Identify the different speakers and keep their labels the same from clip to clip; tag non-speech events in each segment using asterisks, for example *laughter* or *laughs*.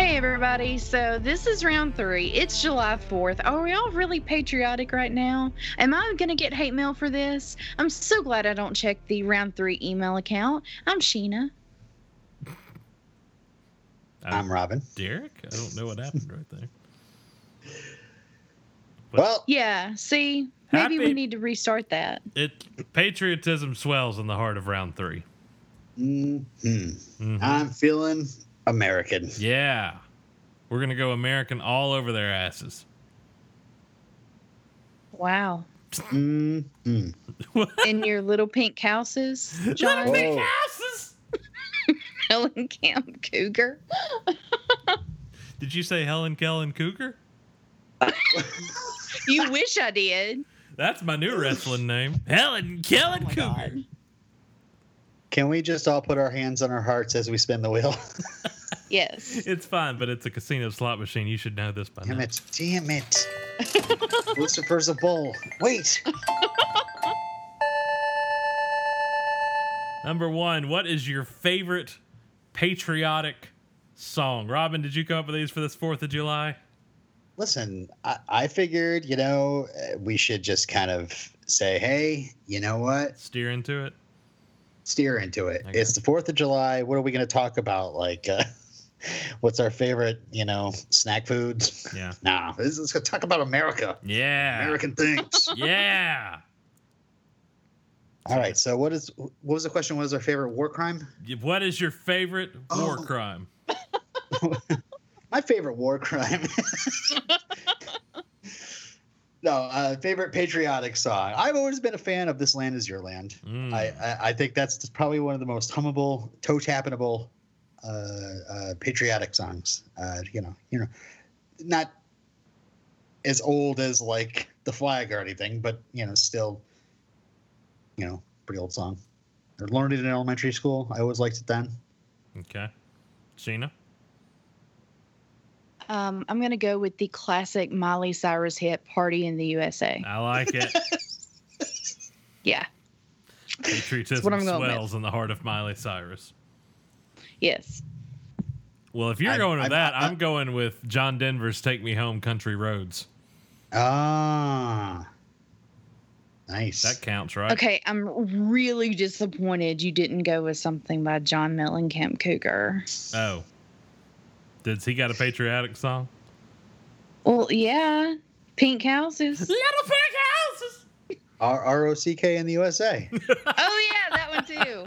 Speaker 1: everybody. So this is round three. It's July 4th. Are we all really patriotic right now? Am I going to get hate mail for this? I'm so glad I don't check the round three email account. I'm Sheena.
Speaker 2: I'm Robin.
Speaker 3: Uh, Derek? I don't know what happened right there. But-
Speaker 2: Well,
Speaker 1: Yeah, see? *laughs* Maybe we
Speaker 3: Happy-
Speaker 1: need to restart that.
Speaker 3: It patriotism swells in the heart of round 3
Speaker 2: mhm.
Speaker 3: Mhm.
Speaker 2: I'm feeling American.
Speaker 3: Yeah. We're gonna go American all over their asses.
Speaker 1: Wow.
Speaker 2: Mhm.
Speaker 1: In your little pink houses,
Speaker 3: Little
Speaker 1: John *laughs*
Speaker 3: big
Speaker 2: Whoa.
Speaker 3: asses.
Speaker 1: Camp Cougar.
Speaker 3: Did you say Helen Kellen Cougar?
Speaker 1: You wish I did.
Speaker 3: That's my new wrestling name. Helen Kellen
Speaker 2: Oh my
Speaker 3: Cougar.
Speaker 2: God. Can we just all put our hands on our hearts as we spin the wheel?
Speaker 3: *laughs*
Speaker 1: Yes.
Speaker 3: It's fine, but it's a casino slot machine. You should know this by
Speaker 2: Damn
Speaker 3: now.
Speaker 2: it. Damn
Speaker 3: *laughs*
Speaker 2: it. Lucifer's a bull. Wait.
Speaker 3: Number one, what is your favorite patriotic song? Robin, did you come up with these for this Fourth of July?
Speaker 2: Listen, I, I figured, you know, uh, we should just kind of say, hey, you know what?
Speaker 3: Steer into it.
Speaker 2: steer into it.
Speaker 3: I
Speaker 2: It's the Fourth of July. What are we going to talk about? Like, uh, *laughs* what's our favorite, you know, snack foods?
Speaker 3: Yeah.
Speaker 2: *laughs* Nah, this is going to talk about America,
Speaker 3: Yeah.
Speaker 2: American things.
Speaker 3: Yeah.
Speaker 2: All right. So, what is what was the question? What is our favorite war crime?
Speaker 3: What is your favorite war
Speaker 2: Oh.
Speaker 3: crime?
Speaker 2: My favorite war crime. *laughs* no, uh, favorite patriotic song. I've always been a fan of "This Land Is Your Land."
Speaker 3: Mm.
Speaker 2: I, I, I think that's probably one of the most hummable, toe tappable, uh, uh, patriotic songs. Uh, you know, you know, not as old as like the flag or anything, but you know, still, you know, pretty old song. I learned it in elementary school. I always liked it then.
Speaker 3: okay. Sheena?
Speaker 1: Um, I'm going to go with the classic Miley Cyrus hit Party in the USA.
Speaker 3: I like
Speaker 2: *laughs*
Speaker 3: it.
Speaker 1: Yeah.
Speaker 3: Patriotism
Speaker 1: what I'm going with.
Speaker 3: swells in the heart of Miley Cyrus.
Speaker 1: Yes.
Speaker 3: Well, if you're
Speaker 2: I'm-
Speaker 3: going with
Speaker 2: I'm-
Speaker 3: that,
Speaker 2: I'm-
Speaker 3: I'm going with John Denver's Take Me Home Country Roads.
Speaker 2: Ah, nice.
Speaker 3: That counts, right?
Speaker 1: Okay, I'm really disappointed you didn't go with something by John Mellencamp Cougar.
Speaker 3: Oh. Does he got a patriotic song?
Speaker 1: Well, yeah, Pink
Speaker 3: *laughs*
Speaker 1: Houses.
Speaker 3: pig
Speaker 2: R R O C K in
Speaker 3: *laughs*
Speaker 2: the USA.
Speaker 1: oh yeah, that one too.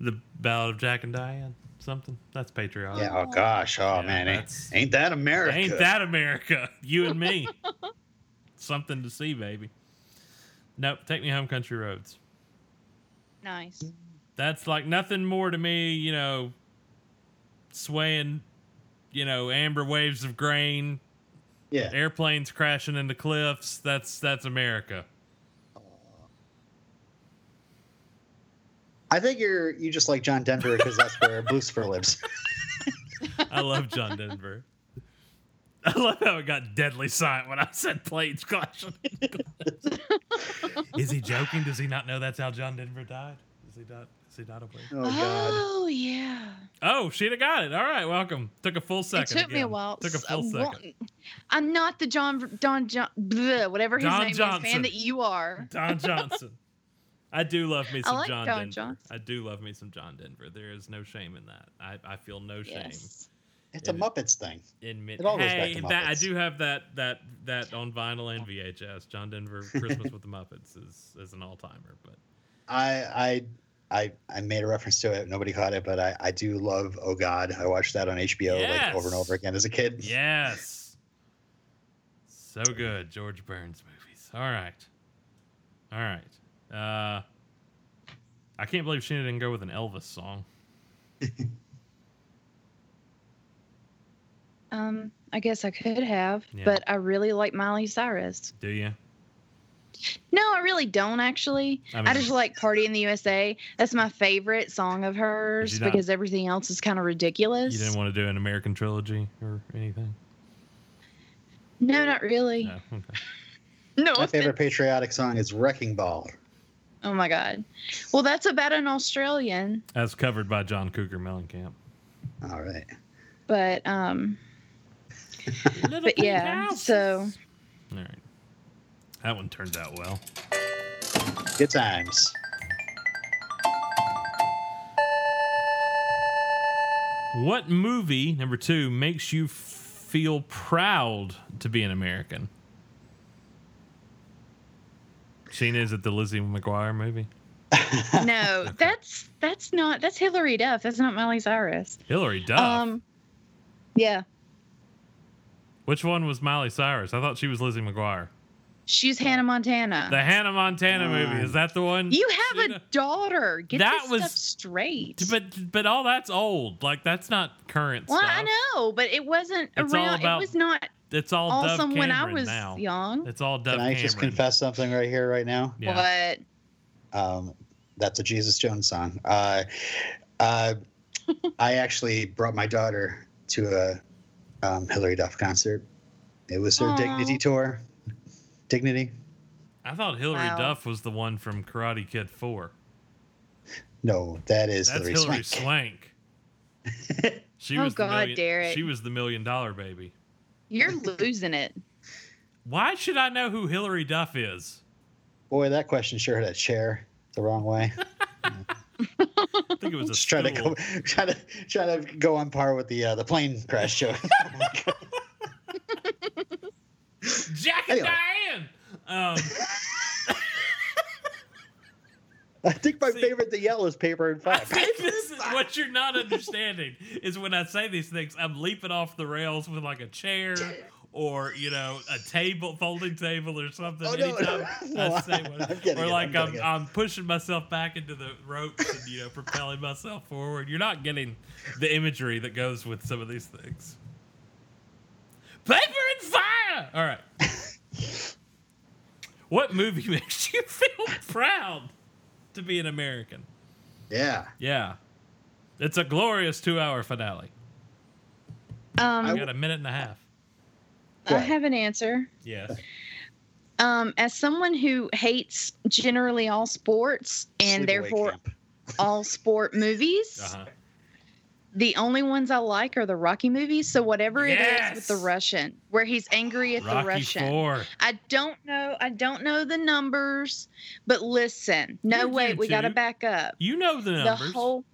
Speaker 3: The Ballad of Jack and Diane. Something. That's patriotic.
Speaker 2: yeah. Oh gosh. Oh
Speaker 3: Yeah,
Speaker 2: man. Ain't,
Speaker 3: that's-
Speaker 2: ain't that America?
Speaker 3: Ain't that America? You and me. Something to see, baby. Nope. Take me home, country roads.
Speaker 1: Nice.
Speaker 3: That's like nothing more to me, you know, swaying, you know, amber waves of grain,
Speaker 2: Yeah.
Speaker 3: airplanes crashing into cliffs. That's that's America.
Speaker 2: I think you're you just like John Denver because that's
Speaker 3: *laughs*
Speaker 2: where Lucifer lives.
Speaker 3: I love John Denver. I love how it got deadly silent when I said planes crashing. into cliffs. Is he joking? Does he not know that's how John Denver died? Is he not? Is he not aware?
Speaker 2: Oh God!
Speaker 1: Oh, yeah.
Speaker 3: Oh, she'd have got it. All right, welcome. Took a full second.
Speaker 1: It took me a
Speaker 3: again.
Speaker 1: while. uh,
Speaker 3: Took a
Speaker 1: So-
Speaker 3: full second.
Speaker 1: I'm not the John Don John bleh, whatever his
Speaker 3: Don
Speaker 1: name
Speaker 3: Johnson.
Speaker 1: is fan that you are.
Speaker 3: *laughs* Don Johnson. I do love me
Speaker 1: I
Speaker 3: some
Speaker 1: like
Speaker 3: John
Speaker 1: Don
Speaker 3: Denver.
Speaker 1: Johnson.
Speaker 3: I do love me some John Denver. There is no shame in that. I, I feel no shame
Speaker 1: Yes.
Speaker 2: It's a Muppets thing.
Speaker 3: in mid-
Speaker 2: It all goes back
Speaker 3: Hey,
Speaker 2: to
Speaker 3: that, I
Speaker 2: Muppets.
Speaker 3: do have that that that on vinyl and VHS. John Denver Christmas with the Muppets is is an all timer, but
Speaker 2: I I I I made a reference to it. Nobody caught it, but I I do love Oh God. I watched that on HBO like
Speaker 3: Yes.
Speaker 2: over and over again as a kid.
Speaker 3: yes. So good, George Burns movies. All right. All right. Uh I can't believe Sheena didn't go with an Elvis song.
Speaker 1: Um, I guess I could have,
Speaker 3: Yeah.
Speaker 1: but I really like Miley Cyrus.
Speaker 3: Do you?
Speaker 1: No, I really don't actually.
Speaker 3: I
Speaker 1: I,
Speaker 3: mean-
Speaker 1: just like Party in the USA. That's my favorite song of
Speaker 3: Did
Speaker 1: hers
Speaker 3: you not-
Speaker 1: because everything else is kind of ridiculous.
Speaker 3: You didn't want to do an American trilogy or anything?
Speaker 1: no, not really.
Speaker 3: No. Okay.
Speaker 1: No.
Speaker 2: My favorite patriotic song is Wrecking Ball.
Speaker 1: Oh my god. Well, that's about an Australian,
Speaker 3: That's covered by John Cougar Mellencamp.
Speaker 2: All right.
Speaker 1: But
Speaker 2: *laughs*
Speaker 1: um,
Speaker 3: Little
Speaker 1: but yeah.
Speaker 3: pink
Speaker 1: So
Speaker 3: houses. All right. That one turned out well.
Speaker 2: Good times. *laughs*
Speaker 3: What movie, number two, makes you f- feel proud to be an American? Sheena, is it the Lizzie McGuire movie?
Speaker 1: no, that's that's not that's Hillary Duff. That's not Miley Cyrus.
Speaker 3: Hillary Duff.
Speaker 1: Um, yeah,
Speaker 3: Which one was Miley Cyrus? I thought she was Lizzie McGuire.
Speaker 1: she's Hannah Montana.
Speaker 3: The Hannah Montana movie.
Speaker 2: Mm.
Speaker 3: Is that the one?
Speaker 1: Um, you have a
Speaker 3: Sheena.
Speaker 1: daughter. Get
Speaker 3: That
Speaker 1: this
Speaker 3: was-
Speaker 1: stuff straight.
Speaker 3: But but all that's old. Like that's not current
Speaker 1: well,
Speaker 3: stuff.
Speaker 1: I know, but it wasn't
Speaker 3: It's all
Speaker 1: around.
Speaker 3: about
Speaker 1: it was not
Speaker 3: It's all Dove
Speaker 1: awesome when I
Speaker 3: Cameron
Speaker 1: was
Speaker 3: now.
Speaker 1: young.
Speaker 3: It's all Dove
Speaker 2: Can I just
Speaker 3: Cameron.
Speaker 2: confess something right here, right now?
Speaker 3: Yeah.
Speaker 1: But
Speaker 2: Um, that's a Jesus Jones song. Uh,
Speaker 1: *laughs*
Speaker 2: uh, I actually brought my daughter to a um, Hillary Duff concert. It was her
Speaker 1: Aw.
Speaker 2: Dignity tour. Dignity?
Speaker 3: I thought Hillary
Speaker 1: Wow.
Speaker 3: Duff was the one from Karate Kid Four.
Speaker 2: No, that is
Speaker 3: That's
Speaker 2: Hillary,
Speaker 3: Hillary
Speaker 2: Swank.
Speaker 3: Swank.
Speaker 2: *laughs*
Speaker 3: she
Speaker 1: Oh,
Speaker 3: was the
Speaker 1: God,
Speaker 3: million,
Speaker 1: Derek.
Speaker 3: She was the million dollar baby.
Speaker 1: you're losing it.
Speaker 3: Why should I know who Hillary Duff is?
Speaker 2: Boy, that question sure had a chair the wrong
Speaker 3: *laughs*
Speaker 2: way.
Speaker 3: I think it
Speaker 2: *laughs*
Speaker 3: was a
Speaker 2: Just trying to
Speaker 3: stool.
Speaker 2: go, trying to trying to go on par with the uh, the plane
Speaker 1: *laughs*
Speaker 2: crash *laughs* Oh joke.
Speaker 3: Jack and
Speaker 2: Anyway.
Speaker 3: Diane. Um,
Speaker 2: I think my
Speaker 3: See-
Speaker 2: favorite to yell is paper and
Speaker 3: I
Speaker 2: *laughs* fire.
Speaker 3: think this is what you're not understanding is when I say these things, I'm leaping off the rails with like a
Speaker 2: *laughs*
Speaker 3: chair or you know a table, folding table or something.
Speaker 2: Oh, no. *laughs*
Speaker 3: anytime
Speaker 2: No,
Speaker 3: I say
Speaker 2: I'm
Speaker 3: one,
Speaker 2: getting
Speaker 3: or
Speaker 2: it,
Speaker 3: like
Speaker 2: I'm
Speaker 3: I'm, I'm,
Speaker 2: getting it.
Speaker 3: pushing myself back into the ropes and you know propelling myself forward. You're not getting the imagery that goes with some of these things. Paper and fire. All right.
Speaker 2: *laughs*
Speaker 3: What movie *laughs* makes you feel proud to be an American?
Speaker 2: Yeah,
Speaker 3: Yeah. It's a glorious two hour finale.
Speaker 1: Um,
Speaker 3: I got a minute and a half.
Speaker 1: I have an answer.
Speaker 3: Yes.
Speaker 1: Um, as someone who hates generally all sports and
Speaker 2: Sleepaway
Speaker 1: therefore
Speaker 2: Camp. *laughs*
Speaker 1: all sport movies,
Speaker 3: Uh-huh.
Speaker 1: the only ones I like are the Rocky movies. So whatever it is with the
Speaker 3: Yes!
Speaker 1: Russian, where he's angry at the
Speaker 3: Rocky
Speaker 1: Russian.
Speaker 3: Four.
Speaker 1: I don't know. I don't know the numbers, but listen. No,
Speaker 3: You do
Speaker 1: wait. We got to
Speaker 3: too.
Speaker 1: back up.
Speaker 3: You know the numbers.
Speaker 1: The whole.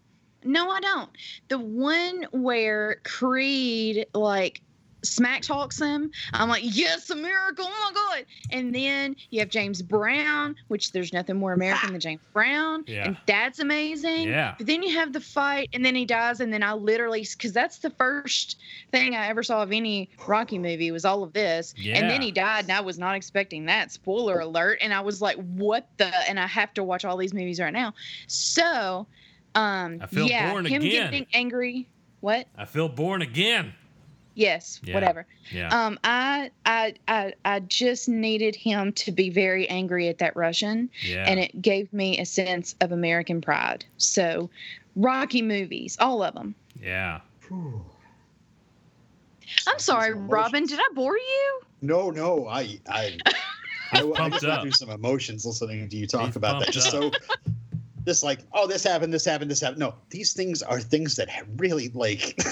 Speaker 1: No, I don't. The one where Creed like smack talks him. I'm like, yes, a miracle. Oh my god! And then you have James Brown, which there's nothing more
Speaker 3: *laughs*
Speaker 1: American than James Brown,
Speaker 3: Yeah.
Speaker 1: and that's amazing.
Speaker 3: Yeah.
Speaker 1: But then you have the fight, and then he dies, and then I literally, because that's the first thing I ever saw of any Rocky movie was all of this, and then
Speaker 3: Yeah.
Speaker 1: he died, and I was not expecting that. Spoiler alert! And I was like, "What the?" And I have to watch all these movies right now. So, um,
Speaker 3: I feel
Speaker 1: yeah,
Speaker 3: born
Speaker 1: him
Speaker 3: again.
Speaker 1: getting angry. What?
Speaker 3: I feel born again.
Speaker 1: Yes,
Speaker 3: Yeah.
Speaker 1: whatever.
Speaker 3: Yeah.
Speaker 1: Um, I, I, I, I just needed him to be very angry at that Russian
Speaker 3: yeah.
Speaker 1: and it gave me a sense of American pride. So, Rocky movies, all of them.
Speaker 3: yeah.
Speaker 2: Whew.
Speaker 1: I'm sorry,
Speaker 2: Some
Speaker 1: Robin,
Speaker 2: emotions.
Speaker 1: did I bore you?
Speaker 2: No, no, I, I,
Speaker 3: *laughs*
Speaker 2: I, I
Speaker 3: pumped
Speaker 2: just went
Speaker 3: up.
Speaker 2: through some emotions listening to you talk
Speaker 3: He's
Speaker 2: about that.
Speaker 3: pumped
Speaker 2: Just so,
Speaker 3: up.
Speaker 2: *laughs* just like, oh, this happened, this happened, this happened. No, these things are things that ha- really like. *laughs*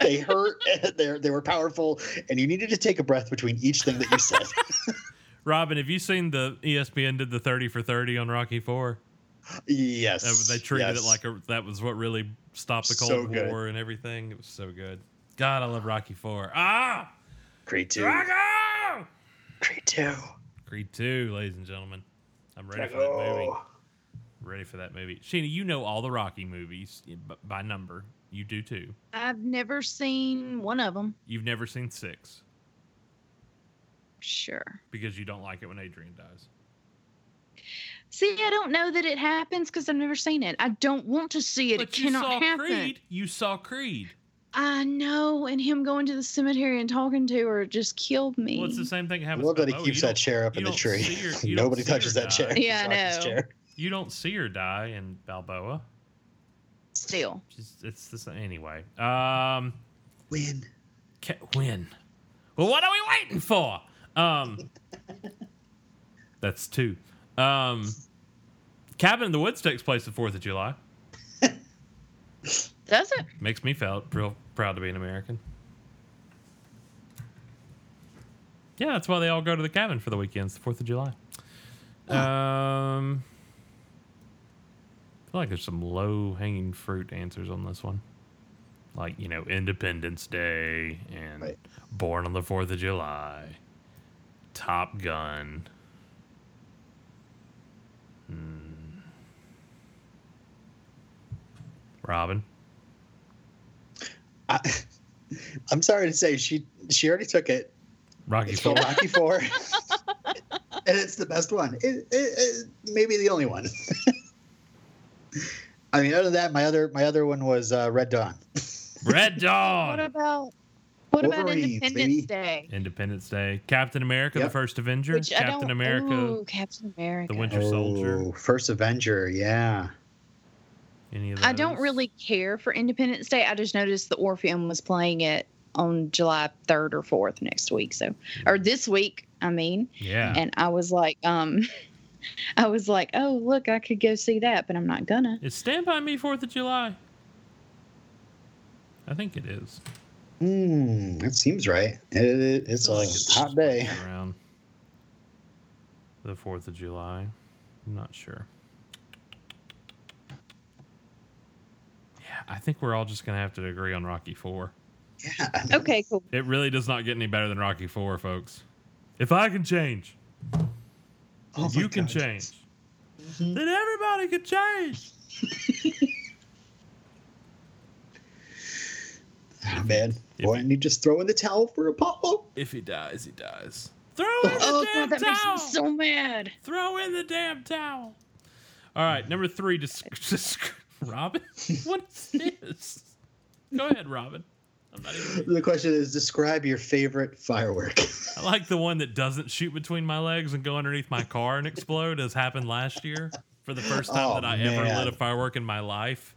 Speaker 2: They hurt. *laughs* They they were powerful, and you needed to take a breath between each thing that
Speaker 3: *laughs*
Speaker 2: you said.
Speaker 3: Robin, have you seen the E ESPN did the thirty for thirty on Rocky Four?
Speaker 2: yes,
Speaker 3: That- They treated
Speaker 2: yes.
Speaker 3: it like a, that was what really stopped the Cold
Speaker 2: So good.
Speaker 3: War and everything. It was so good. God, I love Rocky Four. Ah,
Speaker 2: great two,
Speaker 3: Drago.
Speaker 2: great two.
Speaker 3: Creed Two, ladies and gentlemen. I'm ready for that movie.
Speaker 2: Drago.
Speaker 3: ready for that movie. Sheena, you know all the Rocky movies eh, b- by number. You do too.
Speaker 1: I've never seen one of them.
Speaker 3: You've never seen six
Speaker 1: Sure.
Speaker 3: because you don't like it when Adrian dies.
Speaker 1: See, I don't know that it happens because I've never seen it. I don't want to see it. it
Speaker 3: but you
Speaker 1: cannot
Speaker 3: saw
Speaker 1: happen.
Speaker 3: Creed. You saw Creed.
Speaker 1: I know, and him going to the cemetery and talking to her just killed me.
Speaker 3: Well, it's the same thing that
Speaker 2: I
Speaker 3: happens.
Speaker 2: love
Speaker 3: to
Speaker 2: that he
Speaker 3: Bo.
Speaker 2: keeps
Speaker 3: oh, You
Speaker 2: that chair up
Speaker 3: you
Speaker 2: in the
Speaker 3: don't
Speaker 2: tree.
Speaker 3: see
Speaker 2: *laughs*
Speaker 3: her- you don't
Speaker 2: Nobody
Speaker 3: see her
Speaker 2: touches that
Speaker 3: die.
Speaker 2: chair.
Speaker 1: Yeah, I
Speaker 2: It's Rocky's
Speaker 1: know.
Speaker 2: chair.
Speaker 3: don't- You don't see her die in Balboa.
Speaker 1: Still,
Speaker 3: She's- It's the same. Anyway, um,
Speaker 2: Win.
Speaker 3: ca- when? Well, what are we waiting for? Um, *laughs* that's two. Um, Cabin in the Woods takes place the Fourth of July.
Speaker 1: Does it?
Speaker 3: Makes me felt real proud to be an American. Yeah, that's why they all go to the cabin for the weekends, the Fourth of July. Um, I feel like there's some low hanging fruit answers on this one, like you know Independence Day and
Speaker 2: Right.
Speaker 3: Born on the Fourth of July, Top Gun. Hmm. Robin,
Speaker 2: I, *laughs* I'm sorry to say she she already took it.
Speaker 3: Rocky
Speaker 2: It's
Speaker 3: Four.
Speaker 2: called Rocky Four, *laughs* and it's the best one. It, it, it maybe the only one. *laughs* I mean, other than that, my other my other one was uh, Red Dawn.
Speaker 1: *laughs*
Speaker 3: Red
Speaker 1: What
Speaker 3: Dawn,
Speaker 1: about what about
Speaker 2: Wolverines,
Speaker 1: Independence
Speaker 2: baby.
Speaker 1: Day?
Speaker 3: Independence Day, Captain America: The
Speaker 2: Yep.
Speaker 3: First Avenger,
Speaker 1: Which I
Speaker 3: Captain
Speaker 1: don't.
Speaker 3: America.
Speaker 1: Ooh, Captain America.
Speaker 3: The Winter Soldier.
Speaker 2: Oh, First Avenger, yeah.
Speaker 3: Any of those?
Speaker 1: I don't really care for Independence Day. I just noticed the Orpheum was playing it on July 3rd or 4th next week. So, or this week, I mean.
Speaker 3: Yeah.
Speaker 1: And I was like, um, *laughs* I was like, oh, look, I could go see that, but I'm not gonna.
Speaker 3: Is Stand By Me Fourth of July? I think it is.
Speaker 2: Hmm, that seems right. It, it- it's like a hot day.
Speaker 3: Around the Fourth of July. I'm not sure. Yeah, I think we're all just gonna have to agree on Rocky Four.
Speaker 2: Yeah. I mean,
Speaker 1: Okay, cool.
Speaker 3: It really does not get any better than Rocky Four, folks. If I can change,
Speaker 2: oh my
Speaker 3: you can
Speaker 2: God.
Speaker 3: change.
Speaker 1: Mm-hmm.
Speaker 3: Then everybody can change.
Speaker 2: Oh, man,
Speaker 3: If-
Speaker 2: why didn't you just throw in the towel for a pop?
Speaker 3: If he dies, he dies. Throw in the
Speaker 1: Oh,
Speaker 3: damn
Speaker 1: God, that makes
Speaker 3: towel.
Speaker 1: me so mad.
Speaker 3: Throw in the damn towel. All right, number three. Dis- *laughs* dis-
Speaker 1: *laughs*
Speaker 3: Robin, what is this? Go ahead, Robin. I'm not even.
Speaker 2: The question is: Describe your favorite firework. *laughs*
Speaker 3: I like the one that doesn't shoot between my legs and go underneath my car and explode, as happened last year for the first time
Speaker 2: Oh,
Speaker 3: that I ever
Speaker 2: man.
Speaker 3: lit a firework in my
Speaker 2: *laughs*
Speaker 3: life.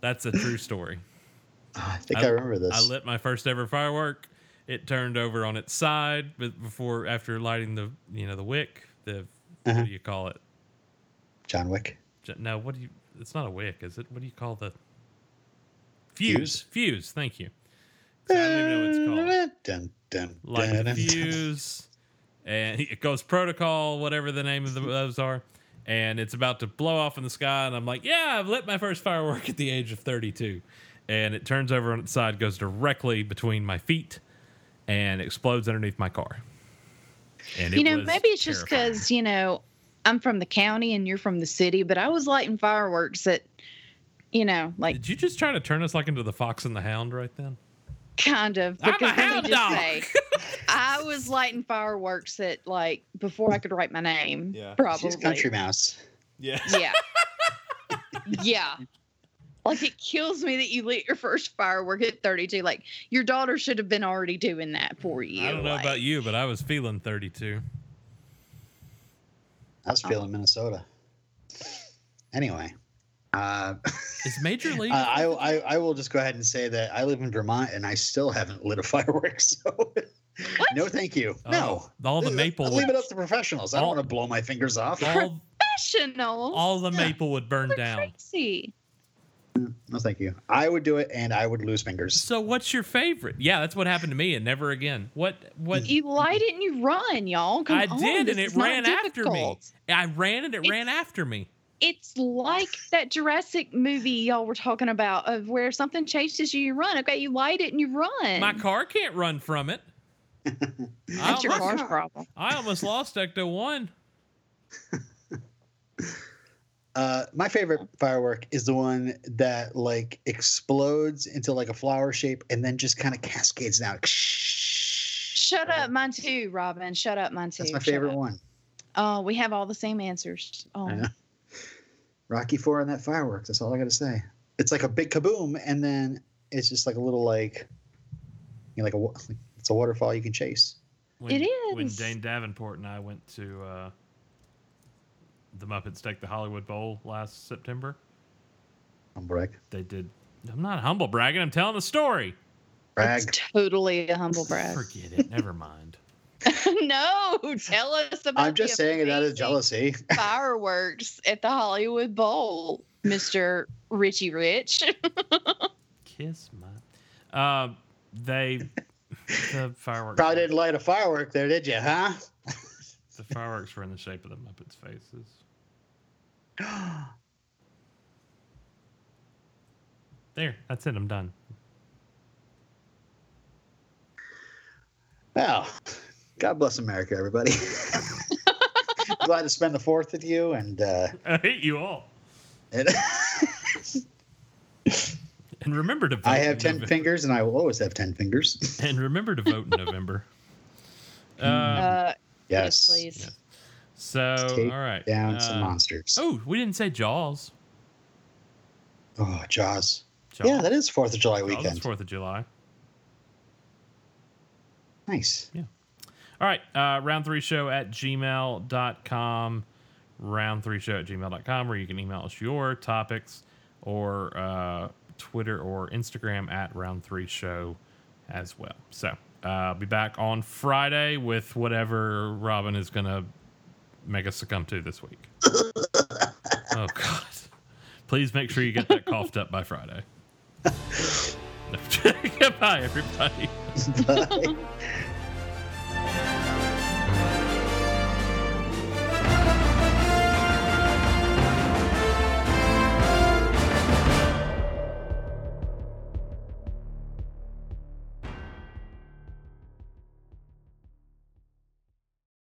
Speaker 3: That's a true story.
Speaker 2: Ah, I think
Speaker 3: I-
Speaker 2: I, remember this.
Speaker 3: I lit my first ever firework. It turned over on its side, but before after lighting the you know the wick, the
Speaker 2: Uh-huh.
Speaker 3: what do you call it?
Speaker 2: John Wick.
Speaker 3: J- No, what do you? It's not a wick, is it? What do you call the
Speaker 2: Fuse? Uh,
Speaker 3: fuse? Fuse. Thank you. So I don't even know what it's called.
Speaker 2: Dun, dun,
Speaker 3: Like
Speaker 2: dun,
Speaker 3: the
Speaker 2: dun,
Speaker 3: fuse, and *laughs* it goes protocol, whatever the name of the, those are, and it's about to blow off in the sky, and I'm like, yeah, I've lit my first firework at the age of 32, and it turns over on its side, goes directly between my feet, and explodes underneath my car. And it
Speaker 1: you know,
Speaker 3: was
Speaker 1: maybe it's just
Speaker 3: terrifying.
Speaker 1: because you know I'm from the county and you're from the city, but I was lighting fireworks at, you know, like
Speaker 3: Did you just try to turn us like into the Fox and the Hound right then?
Speaker 1: kind of.
Speaker 3: I'm a
Speaker 1: Because let me
Speaker 3: hound
Speaker 1: just
Speaker 3: dog. *laughs*
Speaker 1: I was lighting fireworks at like before I could write my name.
Speaker 3: Yeah.
Speaker 1: probably.
Speaker 2: She's country mouse.
Speaker 1: *laughs*
Speaker 3: Yeah. *laughs*
Speaker 1: Yeah, yeah. Like it kills me that you lit your first firework at 32. Like your daughter should have been already doing that for you.
Speaker 3: I don't know
Speaker 1: like-
Speaker 3: about you, but I was feeling 32.
Speaker 2: I
Speaker 1: Oh.
Speaker 2: was feeling Minnesota. Anyway, uh,
Speaker 3: Is Major League?
Speaker 2: I, I I will just go ahead and say that I live in Vermont and I still haven't lit a *laughs* firework. So no, thank you.
Speaker 3: Oh,
Speaker 2: no.
Speaker 3: all the
Speaker 2: Leave it-
Speaker 3: maple
Speaker 2: Leave
Speaker 3: wood,
Speaker 2: it up to professionals. I don't
Speaker 3: All-
Speaker 2: want to blow my fingers off.
Speaker 3: all,
Speaker 1: Professionals.
Speaker 3: all
Speaker 1: *laughs*
Speaker 3: the maple would burn
Speaker 1: They're
Speaker 3: down.
Speaker 1: Crazy.
Speaker 2: No, thank you. I would do it, and I would lose fingers.
Speaker 3: So what's your favorite? Yeah, that's what happened to me, and never again. What? What?
Speaker 1: You light it and you run, y'all. Come
Speaker 3: I
Speaker 1: on,
Speaker 3: did,
Speaker 1: this
Speaker 3: and it
Speaker 1: is not
Speaker 3: ran after me.
Speaker 1: difficult.
Speaker 3: I ran, and it ran
Speaker 1: It's-
Speaker 3: after me.
Speaker 1: It's like that Jurassic movie y'all were talking about of where something chases you, you run. Okay, you light it and you run.
Speaker 3: My car can't run from *laughs* it. I
Speaker 1: That's your
Speaker 3: almost,
Speaker 1: car's problem.
Speaker 3: I almost lost Ecto One.
Speaker 2: Uh, my favorite firework is the one that like explodes into like a flower shape and then just kind of cascades down.
Speaker 1: Shut up, mine too, Robin. Shut up, mine too.
Speaker 2: That's my
Speaker 1: Shut
Speaker 2: favorite
Speaker 1: up.
Speaker 2: one.
Speaker 1: Oh, we have all the same answers. Oh,
Speaker 2: I know. Rocky Four and that firework. That's all I got to say. It's like a big kaboom, and then it's just like a little like, you know, like a wa- it's a waterfall you can chase.
Speaker 3: When,
Speaker 1: It
Speaker 3: When
Speaker 1: is.
Speaker 3: Dane Davenport and I went to uh, the Muppets take the Hollywood Bowl last September,
Speaker 2: I'm brag.
Speaker 3: they did. I'm not humble bragging. I'm telling the story.
Speaker 1: that's
Speaker 2: Brag.
Speaker 1: totally a humble brag. *laughs*
Speaker 3: Forget it. Never mind.
Speaker 1: no, tell us about.
Speaker 2: I'm just
Speaker 1: the
Speaker 2: *laughs* saying it out of
Speaker 1: amazing
Speaker 2: jealousy.
Speaker 1: Fireworks at the Hollywood Bowl. Mr. Richie Rich.
Speaker 3: Kiss my. Um, they the fireworks.
Speaker 2: Probably didn't light a firework there, did you, huh?
Speaker 3: The fireworks were in the shape of the Muppets' faces. There, that's it. I'm done.
Speaker 2: Well, God bless America, everybody. *laughs* Glad to spend the fourth with you, and uh,
Speaker 3: *laughs* I hate you all.
Speaker 2: it-
Speaker 3: And remember to vote.
Speaker 2: *laughs* I have
Speaker 3: in
Speaker 2: ten
Speaker 3: November.
Speaker 2: fingers, and I will always have ten fingers.
Speaker 3: And remember to vote in
Speaker 2: *laughs*
Speaker 3: November. Um,
Speaker 1: Uh,
Speaker 2: yes,
Speaker 1: please.
Speaker 3: so,
Speaker 2: take
Speaker 3: all right.
Speaker 2: down some
Speaker 3: uh,
Speaker 2: monsters. Oh,
Speaker 3: Oh, we didn't say Jaws.
Speaker 2: Oh, Jaws.
Speaker 3: Jaws.
Speaker 2: Yeah, that is Fourth of July
Speaker 3: Jaws is
Speaker 2: weekend.
Speaker 3: Fourth of July.
Speaker 2: nice.
Speaker 3: All right. Uh, round three show at gmail.com. Round three show at gmail.com, where you can email us your topics or uh, Twitter or Instagram at round three show as well. So uh, I'll be back on Friday with whatever Robin is going to make us succumb to this week. oh, God. Please make sure you get that coughed up by Friday. *laughs*
Speaker 2: *laughs*
Speaker 3: Bye, everybody.
Speaker 2: Bye.